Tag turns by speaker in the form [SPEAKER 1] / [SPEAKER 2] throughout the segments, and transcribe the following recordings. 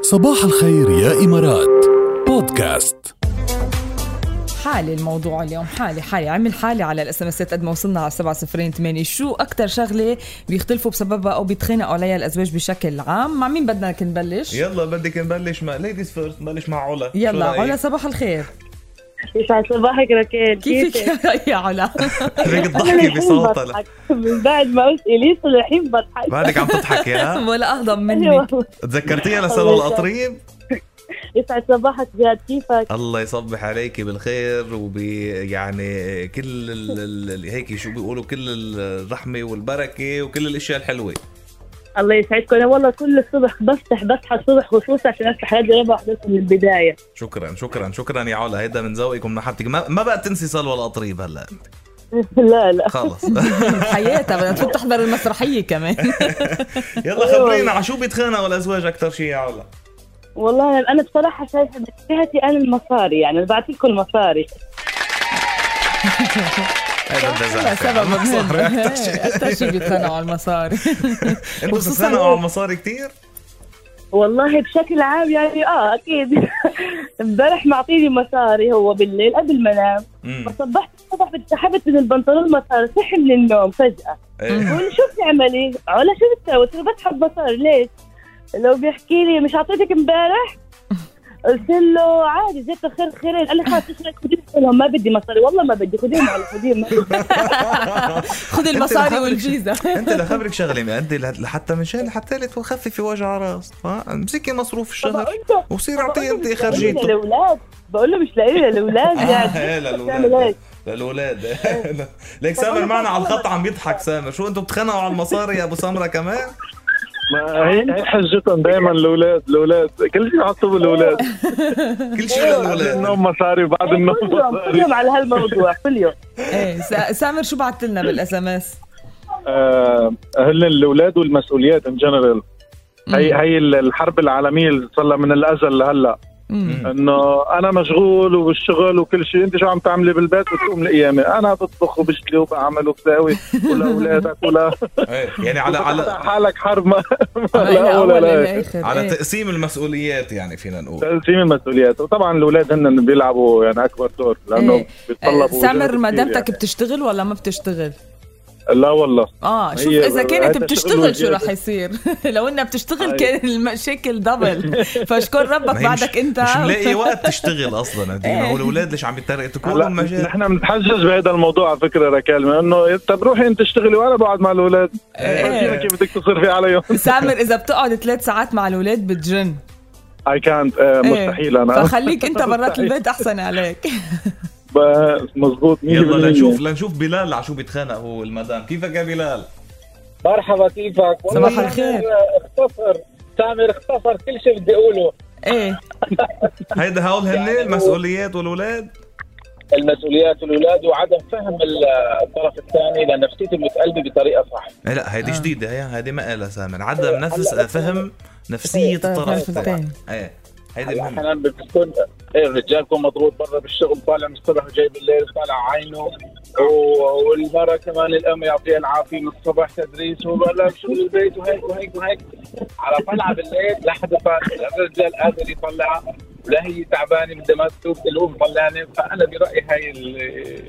[SPEAKER 1] صباح الخير يا إمارات بودكاست
[SPEAKER 2] حالي الموضوع اليوم حالي حالي عمل حالي على الاس ام اسات قد ما وصلنا على 7028 شو اكثر شغله بيختلفوا بسببها او بيتخانقوا عليها الازواج بشكل عام مع مين بدنا نبلش
[SPEAKER 3] يلا بدك نبلش مع ليديز فيرست نبلش مع علا
[SPEAKER 2] يلا
[SPEAKER 3] شو رأيك؟
[SPEAKER 2] علا صباح الخير
[SPEAKER 4] يسعد صباحك ركيل
[SPEAKER 2] كيفك يا علا
[SPEAKER 3] هيك
[SPEAKER 4] أنا
[SPEAKER 3] تضحكي
[SPEAKER 4] الحين
[SPEAKER 3] بصوتها
[SPEAKER 4] بضحك. من بعد ما قلت اليسا للحين بضحك
[SPEAKER 3] بعدك عم تضحكي ها
[SPEAKER 2] ولا اهضم مني
[SPEAKER 4] أيوة.
[SPEAKER 3] تذكرتيها لسلوى القطريب
[SPEAKER 4] يسعد صباحك زياد كيفك
[SPEAKER 3] الله يصبح عليك بالخير وب يعني كل ال... ال- ال- هيك شو بيقولوا كل الرحمه والبركه وكل الاشياء الحلوه
[SPEAKER 4] الله يسعدكم انا والله كل الصبح بفتح بصحى الصبح خصوصا عشان افتح راديو ربع احضركم من البدايه
[SPEAKER 3] شكرا شكرا شكرا يا علا هيدا من ذوقك ومن حبتك ما, ما بقى تنسي سلوى القطريب هلا
[SPEAKER 4] لا لا
[SPEAKER 3] خلص
[SPEAKER 2] حياتها بدها تفوت تحضر المسرحيه كمان
[SPEAKER 3] يلا خبرينا على شو بيتخانقوا الازواج اكثر شيء يا علا
[SPEAKER 4] والله انا أنا بصراحه شايفه من جهتي انا المصاري يعني أنا بعطيكم مصاري
[SPEAKER 3] هيدا
[SPEAKER 2] لا سبب
[SPEAKER 3] الدزاز
[SPEAKER 2] مهم
[SPEAKER 3] صح
[SPEAKER 2] اكثر شيء بيتخانقوا على المصاري
[SPEAKER 3] انتوا
[SPEAKER 2] وخصوصاً-
[SPEAKER 3] بتتخانقوا على المصاري كثير؟
[SPEAKER 4] والله بشكل عام يعني اه اكيد امبارح معطيني مصاري هو بالليل قبل ما انام فصبحت الصبح سحبت من البنطلون مصاري صحي من النوم فجاه
[SPEAKER 3] إيه.
[SPEAKER 4] بقول شو بتعملي؟ علا شو بتسوي؟ قلت له بسحب مصاري ليش؟ لو بيحكي لي مش اعطيتك امبارح؟ قلت له عادي زيت خير خيرين قال لي خلاص تسرق خديهم قلت لهم ما بدي مصاري والله ما بدي خديهم على خديهم ما بدي.
[SPEAKER 2] خذ المصاري والفيزا
[SPEAKER 3] انت لخبرك شغله انت ل- لحتى من شان لحتى لا تخففي وجع راس ها امسكي مصروف الشهر
[SPEAKER 4] فبقول له
[SPEAKER 3] وصير
[SPEAKER 4] بقول
[SPEAKER 3] اعطيه
[SPEAKER 4] له
[SPEAKER 3] انت
[SPEAKER 4] مش لاقيلي
[SPEAKER 3] خرجيته
[SPEAKER 4] للاولاد بقول له مش لاقيلي للاولاد
[SPEAKER 3] آه،
[SPEAKER 4] يعني
[SPEAKER 3] ايه
[SPEAKER 4] تعمل
[SPEAKER 3] للاولاد
[SPEAKER 4] هيك.
[SPEAKER 3] للاولاد ليك سامر معنا على الخط عم يضحك سامر شو انتم بتخانقوا على المصاري يا ابو سمره كمان
[SPEAKER 5] ما هي هي حجتهم دائما الاولاد الاولاد كل شيء بحطوه بالاولاد
[SPEAKER 3] كل شيء
[SPEAKER 5] قبل
[SPEAKER 2] إيه.
[SPEAKER 3] للاولاد
[SPEAKER 5] النوم مصاري وبعد النوم
[SPEAKER 4] كل يوم كل
[SPEAKER 5] مصاري
[SPEAKER 4] يوم على هالموضوع كل يوم
[SPEAKER 2] ايه سا- سامر شو بعت لنا بالاس ام اس
[SPEAKER 5] آه، هن الاولاد والمسؤوليات ان جنرال هي هي الحرب العالميه اللي صار لها من الازل لهلا انه انا مشغول وبالشغل وكل شيء انت شو عم تعملي بالبيت بتقوم القيامه انا بطبخ وبشتري وبعمل وبساوي ولاولادك ولا
[SPEAKER 3] إيه، يعني على
[SPEAKER 5] على
[SPEAKER 3] على
[SPEAKER 5] حالك حرب ما
[SPEAKER 2] إلى
[SPEAKER 5] لا
[SPEAKER 2] أول
[SPEAKER 5] ولا لا
[SPEAKER 2] إلى آخر.
[SPEAKER 3] على
[SPEAKER 2] إيه.
[SPEAKER 3] تقسيم المسؤوليات يعني فينا نقول
[SPEAKER 5] تقسيم المسؤوليات وطبعا الاولاد هن بيلعبوا يعني اكبر دور
[SPEAKER 2] إيه.
[SPEAKER 5] لانه بيتطلبوا
[SPEAKER 2] سامر
[SPEAKER 5] وجهد
[SPEAKER 2] مدامتك
[SPEAKER 5] كتير
[SPEAKER 2] بتشتغل ولا ما بتشتغل؟
[SPEAKER 5] يعني. لا والله
[SPEAKER 2] اه شوف
[SPEAKER 5] هي
[SPEAKER 2] اذا كانت
[SPEAKER 5] هذا شغل
[SPEAKER 2] بتشتغل شو
[SPEAKER 5] وزيادة.
[SPEAKER 2] رح يصير لو انها بتشتغل
[SPEAKER 5] أيوة.
[SPEAKER 2] كان المشاكل دبل فاشكر
[SPEAKER 3] ما
[SPEAKER 2] ربك
[SPEAKER 3] هي مش-
[SPEAKER 2] بعدك انت
[SPEAKER 3] مش ملاقي وقت تشتغل اصلا هدي. ما
[SPEAKER 2] إيه.
[SPEAKER 3] هو الاولاد ليش عم يتركوا
[SPEAKER 5] هلا
[SPEAKER 3] لهم مجال
[SPEAKER 5] نحن بنتحجج بهذا الموضوع على فكره ركال من انه طب روحي انت اشتغلي وانا بقعد مع الاولاد
[SPEAKER 2] إيه.
[SPEAKER 5] فرجينا كيف بدك تصرفي عليهم
[SPEAKER 2] سامر اذا بتقعد ثلاث ساعات مع الاولاد بتجن
[SPEAKER 5] اي كانت
[SPEAKER 2] إيه.
[SPEAKER 5] آه، مستحيل انا
[SPEAKER 2] فخليك انت برات
[SPEAKER 5] مستحيل.
[SPEAKER 2] البيت احسن عليك
[SPEAKER 5] ب- مزبوط
[SPEAKER 3] يلا
[SPEAKER 5] 100%.
[SPEAKER 3] لنشوف لنشوف بلال على شو بيتخانق هو المدام كيفك يا بلال
[SPEAKER 6] مرحبا كيفك؟ والله
[SPEAKER 2] صباح الخير.
[SPEAKER 6] سامر اختصر سامر اختصر كل شيء بدي اقوله
[SPEAKER 2] ايه
[SPEAKER 3] هيدا هول هن
[SPEAKER 6] يعني هو-
[SPEAKER 3] المسؤوليات والاولاد
[SPEAKER 6] المسؤوليات والاولاد وعدم فهم ال- الطرف الثاني لنفسيته متقلبه بطريقه صح
[SPEAKER 3] إيه لا هيدي
[SPEAKER 2] آه.
[SPEAKER 3] جديده هي هيدي ما قالها سامر عدم نفس فهم
[SPEAKER 6] إيه،
[SPEAKER 3] نفسيه
[SPEAKER 2] طيب،
[SPEAKER 3] الطرف الثاني ايه هيدي
[SPEAKER 6] طيب، هلا
[SPEAKER 3] مهمه
[SPEAKER 6] احيانا بتكون إيه، الرجال يكون مضغوط برا بالشغل طالع من الصبح وجاي بالليل طالع عينه و- والمراه كمان الام يعطيها العافيه من الصبح تدريس وبلا شغل البيت وهيك وهيك وهيك على طلعه بالليل لا حدا فاهم، لا الرجال قادر يطلع لا هي تعبانه بدها ما تسوق تلوم طلعانه فانا برايي هاي ال-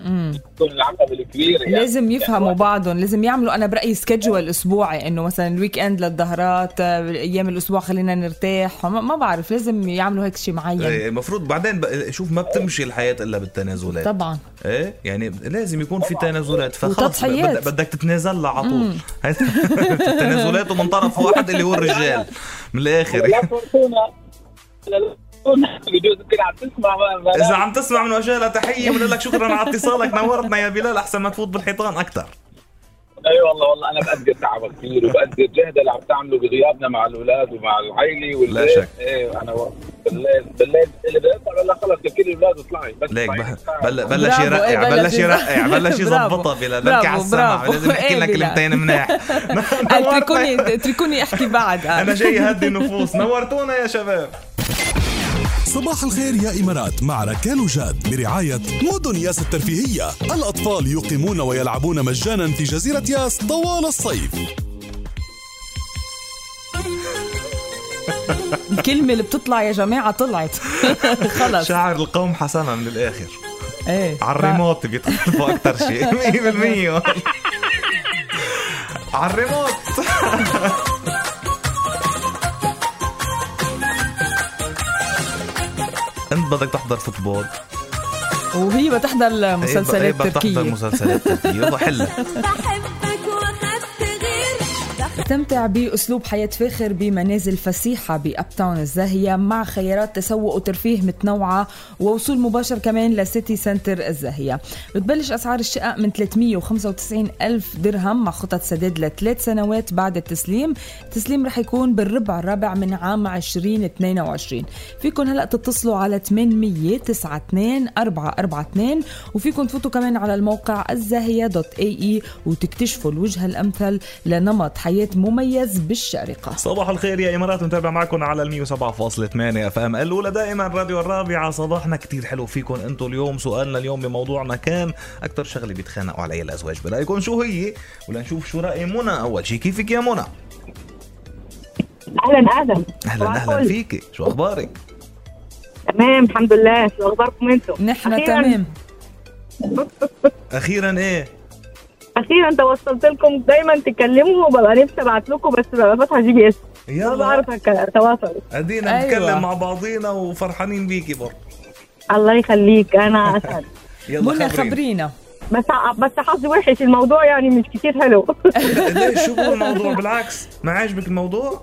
[SPEAKER 2] مم.
[SPEAKER 6] تكون العقبه الكبيره يعني.
[SPEAKER 2] لازم يفهموا بعضهم لازم يعملوا انا برايي سكجول اسبوعي انه مثلا الويك اند للظهرات آه، ايام الاسبوع خلينا نرتاح ما ما بعرف لازم يعملوا هيك شيء معين
[SPEAKER 3] إيه، المفروض بعدين بق- شوف ما بتمشي الحياه الا بالتنازلات
[SPEAKER 2] طبعا
[SPEAKER 3] ايه يعني لازم يكون في تنازلات فخلص ب-
[SPEAKER 2] وتضحيات.
[SPEAKER 3] بدك- بدك تتنازل لها على طول هيدا- التنازلات ومن طرف واحد اللي هو الرجال من
[SPEAKER 6] لا
[SPEAKER 3] الاخر
[SPEAKER 6] تورطونا لا تورطونا بجوز يمكن عم تسمع ما- ما-
[SPEAKER 3] اذا عم تسمع من وجهها تحيه بنقول لك شكرا على اتصالك نورتنا يا بلال احسن ما تفوت بالحيطان اكثر
[SPEAKER 6] اي والله والله انا بقدر تعبك كثير وبقدر جهد اللي عم تعمله بغيابنا مع الاولاد ومع العيله والبيت
[SPEAKER 3] لا شك.
[SPEAKER 6] ايه انا و- بالليل بالليل اللي بقدر هلا خلص تركي لي الاولاد واطلعي بس
[SPEAKER 3] ليك
[SPEAKER 6] اطلعي.
[SPEAKER 3] بح- بل... بلش
[SPEAKER 2] طيب، برافو، إيه،
[SPEAKER 3] يرقع
[SPEAKER 2] بلش
[SPEAKER 3] بلش يرقع بلش
[SPEAKER 2] برافو.
[SPEAKER 3] يظبطها بلا
[SPEAKER 2] برافو،
[SPEAKER 3] بركي على السمع
[SPEAKER 2] برافو.
[SPEAKER 3] لازم احكي
[SPEAKER 2] إيه،
[SPEAKER 3] لنا
[SPEAKER 2] بلا.
[SPEAKER 3] كلمتين مناح
[SPEAKER 2] اتركوني اتركوني احكي بعد
[SPEAKER 3] انا جاي هدي النفوس نورتونا يا شباب
[SPEAKER 1] صباح الخير يا إمارات مع ركال وجاد برعاية مدن ياس الترفيهية الأطفال يقيمون ويلعبون مجانا في جزيرة ياس طوال الصيف
[SPEAKER 2] الكلمه اللي بتطلع يا جماعه طلعت خلص
[SPEAKER 3] شاعر القوم حسنا من الاخر
[SPEAKER 2] ايه
[SPEAKER 3] على الريموت بيتخلفوا اكثر شيء 100% والله. على الريموت انت بدك تحضر فوتبول
[SPEAKER 2] وهي بتحضر مسلسلات
[SPEAKER 3] إيه بدك تحضر
[SPEAKER 2] تركيه
[SPEAKER 3] مسلسلات تركيه وحلها
[SPEAKER 7] بحبك وخفت غير
[SPEAKER 2] استمتع بأسلوب حياة فاخر بمنازل فسيحة بأب تاون الزاهية مع خيارات تسوق وترفيه متنوعة ووصول مباشر كمان لسيتي سنتر الزاهية بتبلش أسعار الشقق من 395 ألف درهم مع خطط سداد لثلاث سنوات بعد التسليم التسليم رح يكون بالربع الرابع من عام 2022 فيكن هلأ تتصلوا على 800 92 442 وفيكن تفوتوا كمان على الموقع الزاهية دوت اي اي وتكتشفوا الوجهة الأمثل لنمط حياة مميز بالشارقة
[SPEAKER 3] صباح الخير يا امارات نتابع معكم على ال 107.8 اف ام الاولى دائما راديو الرابعه صباحنا كتير حلو فيكم انتم اليوم سؤالنا اليوم بموضوعنا كان اكثر شغله بيتخانقوا عليها الازواج برايكم شو هي ولنشوف شو راي منى اول شيء كيفك يا منى
[SPEAKER 4] اهلا اهلا
[SPEAKER 3] اهلا اهلا فيك شو اخبارك
[SPEAKER 4] تمام الحمد لله شو اخباركم انتم؟
[SPEAKER 2] نحن
[SPEAKER 4] أخيراً-
[SPEAKER 2] تمام
[SPEAKER 3] اخيرا ايه
[SPEAKER 4] اخيرا توصلت لكم دايما تكلموا وببقى نفسي ابعت لكم بس ببقى فاتحه جي بي اس ما
[SPEAKER 3] يلا
[SPEAKER 4] بعرف أك- اتواصل
[SPEAKER 3] ادينا
[SPEAKER 2] أيوة.
[SPEAKER 3] نتكلم مع بعضينا وفرحانين بيكي برضه
[SPEAKER 4] الله يخليك انا اسعد
[SPEAKER 2] منى
[SPEAKER 3] يلا خبرينا
[SPEAKER 2] خبرينا
[SPEAKER 4] بس بس حظي وحش الموضوع يعني مش كتير حلو
[SPEAKER 3] ليش شو هو الموضوع بالعكس ما عاجبك الموضوع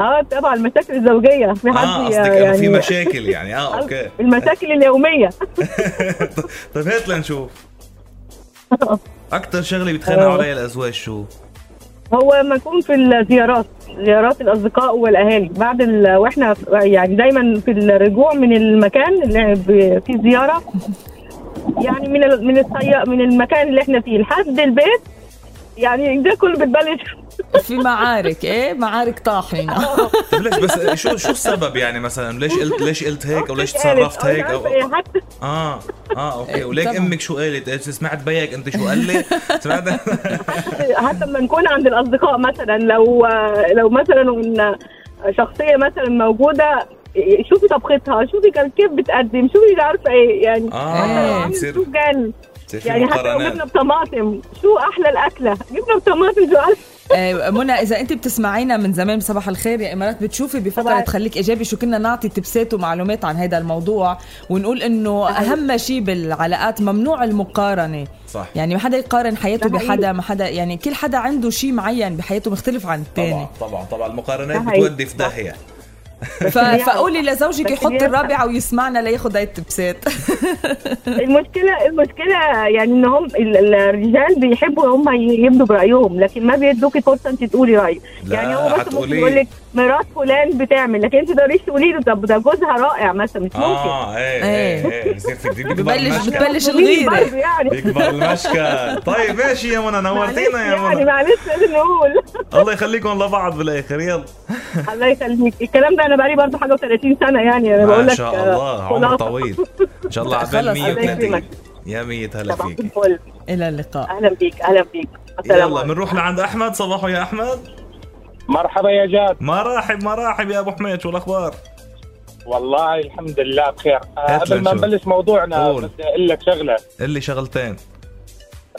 [SPEAKER 4] اه طبعا المشاكل الزوجيه في حد
[SPEAKER 3] اه قصدك انه في مشاكل يعني اه اوكي
[SPEAKER 4] المشاكل اليوميه
[SPEAKER 3] طيب هات لنشوف اكثر شغله
[SPEAKER 4] آه.
[SPEAKER 3] بيتخانقوا عليها الازواج شو
[SPEAKER 4] هو لما نكون في الزيارات زيارات الاصدقاء والاهالي بعد ال... واحنا في- يعني دايما في الرجوع من المكان اللي ب- في الزياره يعني من ال... من الطي... من المكان اللي احنا فيه لحد البيت يعني ده كله بتبلش
[SPEAKER 2] في معارك ايه معارك طاحنة
[SPEAKER 3] طيب ليش بس شو شو السبب يعني مثلا ليش قلت ليش قلت هيك او ليش تصرفت هيك
[SPEAKER 4] أو... مش
[SPEAKER 3] او
[SPEAKER 4] عارفة إيه، حتى
[SPEAKER 3] اه اه اوكي وليك
[SPEAKER 2] إيه، طبعاً.
[SPEAKER 3] امك شو قالت إيش سمعت بيك انت شو قال لي سمعت
[SPEAKER 4] حتى لما نكون عند الاصدقاء مثلا لو لو مثلا إن شخصيه مثلا موجوده شوفي طبختها شوفي كانت كيف بتقدم شوفي مش عارفه ايه يعني
[SPEAKER 3] اه بتصير
[SPEAKER 4] شو جال
[SPEAKER 3] بتصير في
[SPEAKER 4] يعني حتى لو جبنا
[SPEAKER 3] مقارنات
[SPEAKER 4] بطماطم شو احلى الاكله جبنا بطماطم شو احلى
[SPEAKER 2] آه، منى اذا انت بتسمعينا من زمان بصباح الخير يا امارات بتشوفي بفتره
[SPEAKER 4] طبعاً.
[SPEAKER 2] تخليك ايجابي شو كنا نعطي تبسات ومعلومات عن هذا الموضوع ونقول انه اهم شيء بالعلاقات ممنوع المقارنه
[SPEAKER 3] صح
[SPEAKER 2] يعني ما حدا يقارن حياته
[SPEAKER 4] ده حقيقي.
[SPEAKER 2] بحدا ما حدا يعني كل حدا عنده شيء معين بحياته مختلف عن الثاني
[SPEAKER 3] طبعا طبعا طبعا المقارنات
[SPEAKER 4] صحيح.
[SPEAKER 3] بتودي في داهيه
[SPEAKER 2] ف... فقولي لزوجك
[SPEAKER 4] يعني بس يعني
[SPEAKER 2] يحط
[SPEAKER 4] بيرفع.
[SPEAKER 2] الرابع ويسمعنا لياخد هاي التبسات
[SPEAKER 4] المشكله المشكله يعني ان هم ال- الرجال بيحبوا هم ي- يبدوا برايهم لكن ما بيدوكي فرصه انت تقولي رايك
[SPEAKER 3] لا،
[SPEAKER 4] يعني هو بس ممكن
[SPEAKER 3] هتقولي.
[SPEAKER 4] يقول لك مرات فلان بتعمل لكن انت تقدريش تقولي له طب ده جوزها رائع مثلا مش ممكن
[SPEAKER 3] اه ايه
[SPEAKER 2] إيه.
[SPEAKER 3] ايه ايه بصير في بيكبر
[SPEAKER 2] ببلش
[SPEAKER 3] المشكل.
[SPEAKER 2] بتبلش
[SPEAKER 4] قولي لي
[SPEAKER 2] الغيره
[SPEAKER 4] برضه يعني
[SPEAKER 3] بيكبر المشكل طيب ماشي يا منى نورتينا
[SPEAKER 4] معلش
[SPEAKER 3] يا
[SPEAKER 4] يعني
[SPEAKER 3] منى
[SPEAKER 4] معلش لازم نقول
[SPEAKER 3] الله يخليكم لبعض بالاخر يلا
[SPEAKER 4] الله يخليك الكلام ده انا بقالي برضه حاجه و30 سنه يعني انا بقول
[SPEAKER 3] ما
[SPEAKER 4] لك
[SPEAKER 3] شاء الله عمر طويل ان شاء الله عبال
[SPEAKER 2] خلص، الله
[SPEAKER 3] 130
[SPEAKER 4] يكرمك.
[SPEAKER 3] يا مية هلا فيك
[SPEAKER 2] الى اللقاء
[SPEAKER 4] اهلا بيك اهلا بيك السلام
[SPEAKER 3] يلا
[SPEAKER 4] عليكم.
[SPEAKER 3] بنروح لعند احمد صباحو يا احمد
[SPEAKER 6] مرحبا يا جاد
[SPEAKER 3] مراحب مراحب يا ابو حميد شو الاخبار
[SPEAKER 6] والله الحمد لله بخير آه،
[SPEAKER 3] هات
[SPEAKER 6] قبل ما
[SPEAKER 3] لنشوف.
[SPEAKER 6] نبلش موضوعنا
[SPEAKER 3] قول.
[SPEAKER 6] بدي اقول لك شغله
[SPEAKER 3] قل لي شغلتين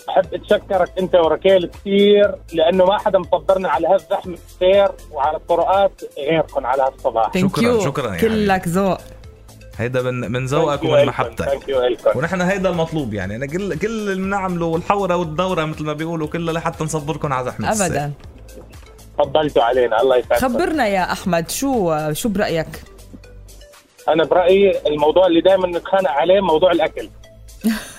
[SPEAKER 6] بحب اتشكرك انت وركيل كثير لانه ما حدا مصبرنا على هالزحمه كثير وعلى الطرقات غيركم على هالصباح
[SPEAKER 2] Thank
[SPEAKER 3] شكراً-
[SPEAKER 2] you.
[SPEAKER 3] شكراً يعني. يا
[SPEAKER 2] كلك ذوق
[SPEAKER 3] هيدا من من ذوقك ومن محبتك
[SPEAKER 6] ثانك يو الكم
[SPEAKER 3] ونحن هيدا المطلوب يعني انا كل كل اللي بنعمله والحوره والدوره مثل ما بيقولوا كلها لحتى نصبركم على زحمه السير.
[SPEAKER 2] ابدا
[SPEAKER 6] تفضلتوا علينا الله يسعدك
[SPEAKER 2] خبرنا يا احمد شو شو برايك
[SPEAKER 6] انا برايي الموضوع اللي دائما نتخانق عليه موضوع الاكل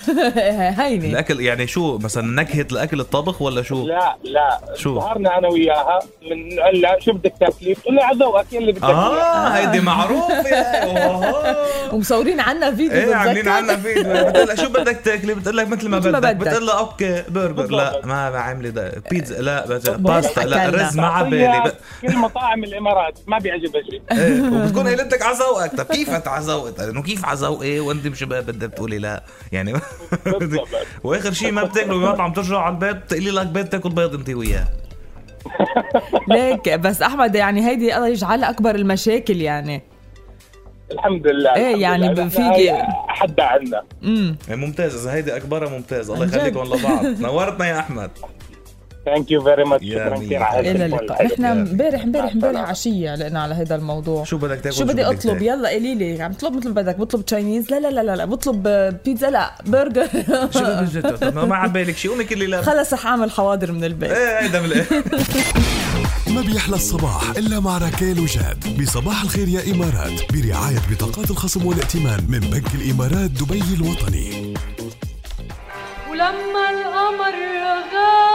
[SPEAKER 2] هيني
[SPEAKER 3] الاكل يعني شو مثلا نكهه الاكل الطبخ ولا شو
[SPEAKER 6] لا لا
[SPEAKER 3] شو؟
[SPEAKER 6] ظهرنا انا وياها من نقول لها شو بدك تاكلي؟ بتقول لي على ذوقك يلي بدك اياه
[SPEAKER 3] اه هيدي معروفه أوه.
[SPEAKER 2] ومصورين عنا فيديو
[SPEAKER 3] ايه عاملين
[SPEAKER 2] بتذكر؟
[SPEAKER 3] عنا فيديو بتقول لها شو بدك تاكلي بتقول لك مثل ما
[SPEAKER 2] مثل ما
[SPEAKER 3] بدك
[SPEAKER 2] بدك.
[SPEAKER 3] بتقول لها اوكي برجر لا
[SPEAKER 6] بالضبط.
[SPEAKER 3] ما بعملي ده بيتزا لا بس-
[SPEAKER 2] ما
[SPEAKER 3] باستا لا
[SPEAKER 2] حكالنا.
[SPEAKER 3] رز ما عبالي
[SPEAKER 6] طيب،
[SPEAKER 3] ب-
[SPEAKER 6] كل مطاعم الامارات ما بيعجبها شيء
[SPEAKER 3] إيه، وبتكون قايلت لك على ذوقك طب كيف انت على ذوقك انه كيف على ذوقي وانت مش بقى بدك تقولي لا يعني
[SPEAKER 6] بالضبط.
[SPEAKER 3] واخر شيء ما بتاكله بمطعم ترجع على البيت تقلي لك بيت تاكل بيض انت وياه
[SPEAKER 2] ليك بس احمد يعني هيدي الله يجعلها اكبر المشاكل يعني
[SPEAKER 6] الحمد لله
[SPEAKER 2] إيه،
[SPEAKER 6] الحمد
[SPEAKER 2] يعني
[SPEAKER 6] لله. نحن
[SPEAKER 2] فيك-
[SPEAKER 6] هاي حدا عنا
[SPEAKER 2] امم
[SPEAKER 3] يعني ممتاز اذا هيدي اكبرها ممتاز الله
[SPEAKER 2] عن جد.
[SPEAKER 3] يخليكم لبعض نورتنا يا احمد
[SPEAKER 6] ثانك يو فيري ماتش
[SPEAKER 3] يا
[SPEAKER 6] شكرا
[SPEAKER 3] مين.
[SPEAKER 6] كثير على
[SPEAKER 2] الى
[SPEAKER 6] هالتليفون
[SPEAKER 2] اللقاء نحن
[SPEAKER 3] يعني.
[SPEAKER 2] امبارح امبارح امبارح عشيه لقينا على هذا الموضوع
[SPEAKER 3] شو بدك تاكل
[SPEAKER 2] شو بدي
[SPEAKER 3] بدك
[SPEAKER 2] اطلب
[SPEAKER 3] تاكل؟
[SPEAKER 2] يلا قولي لي عم تطلب مثل ما بدك بطلب تشاينيز لا لا لا لا, لا. بطلب آه، بيتزا لا برجر
[SPEAKER 3] شو بدك تاكل؟ ما على بالك شيء قومي كلي لا
[SPEAKER 2] خلص رح اعمل حواضر من البيت
[SPEAKER 3] ايه هيدا من الآخر.
[SPEAKER 1] ما بيحلى الصباح إلا مع ركال وجاد بصباح الخير يا إمارات برعاية بطاقات الخصم والائتمان من بنك الإمارات دبي الوطني
[SPEAKER 7] ولما القمر غاب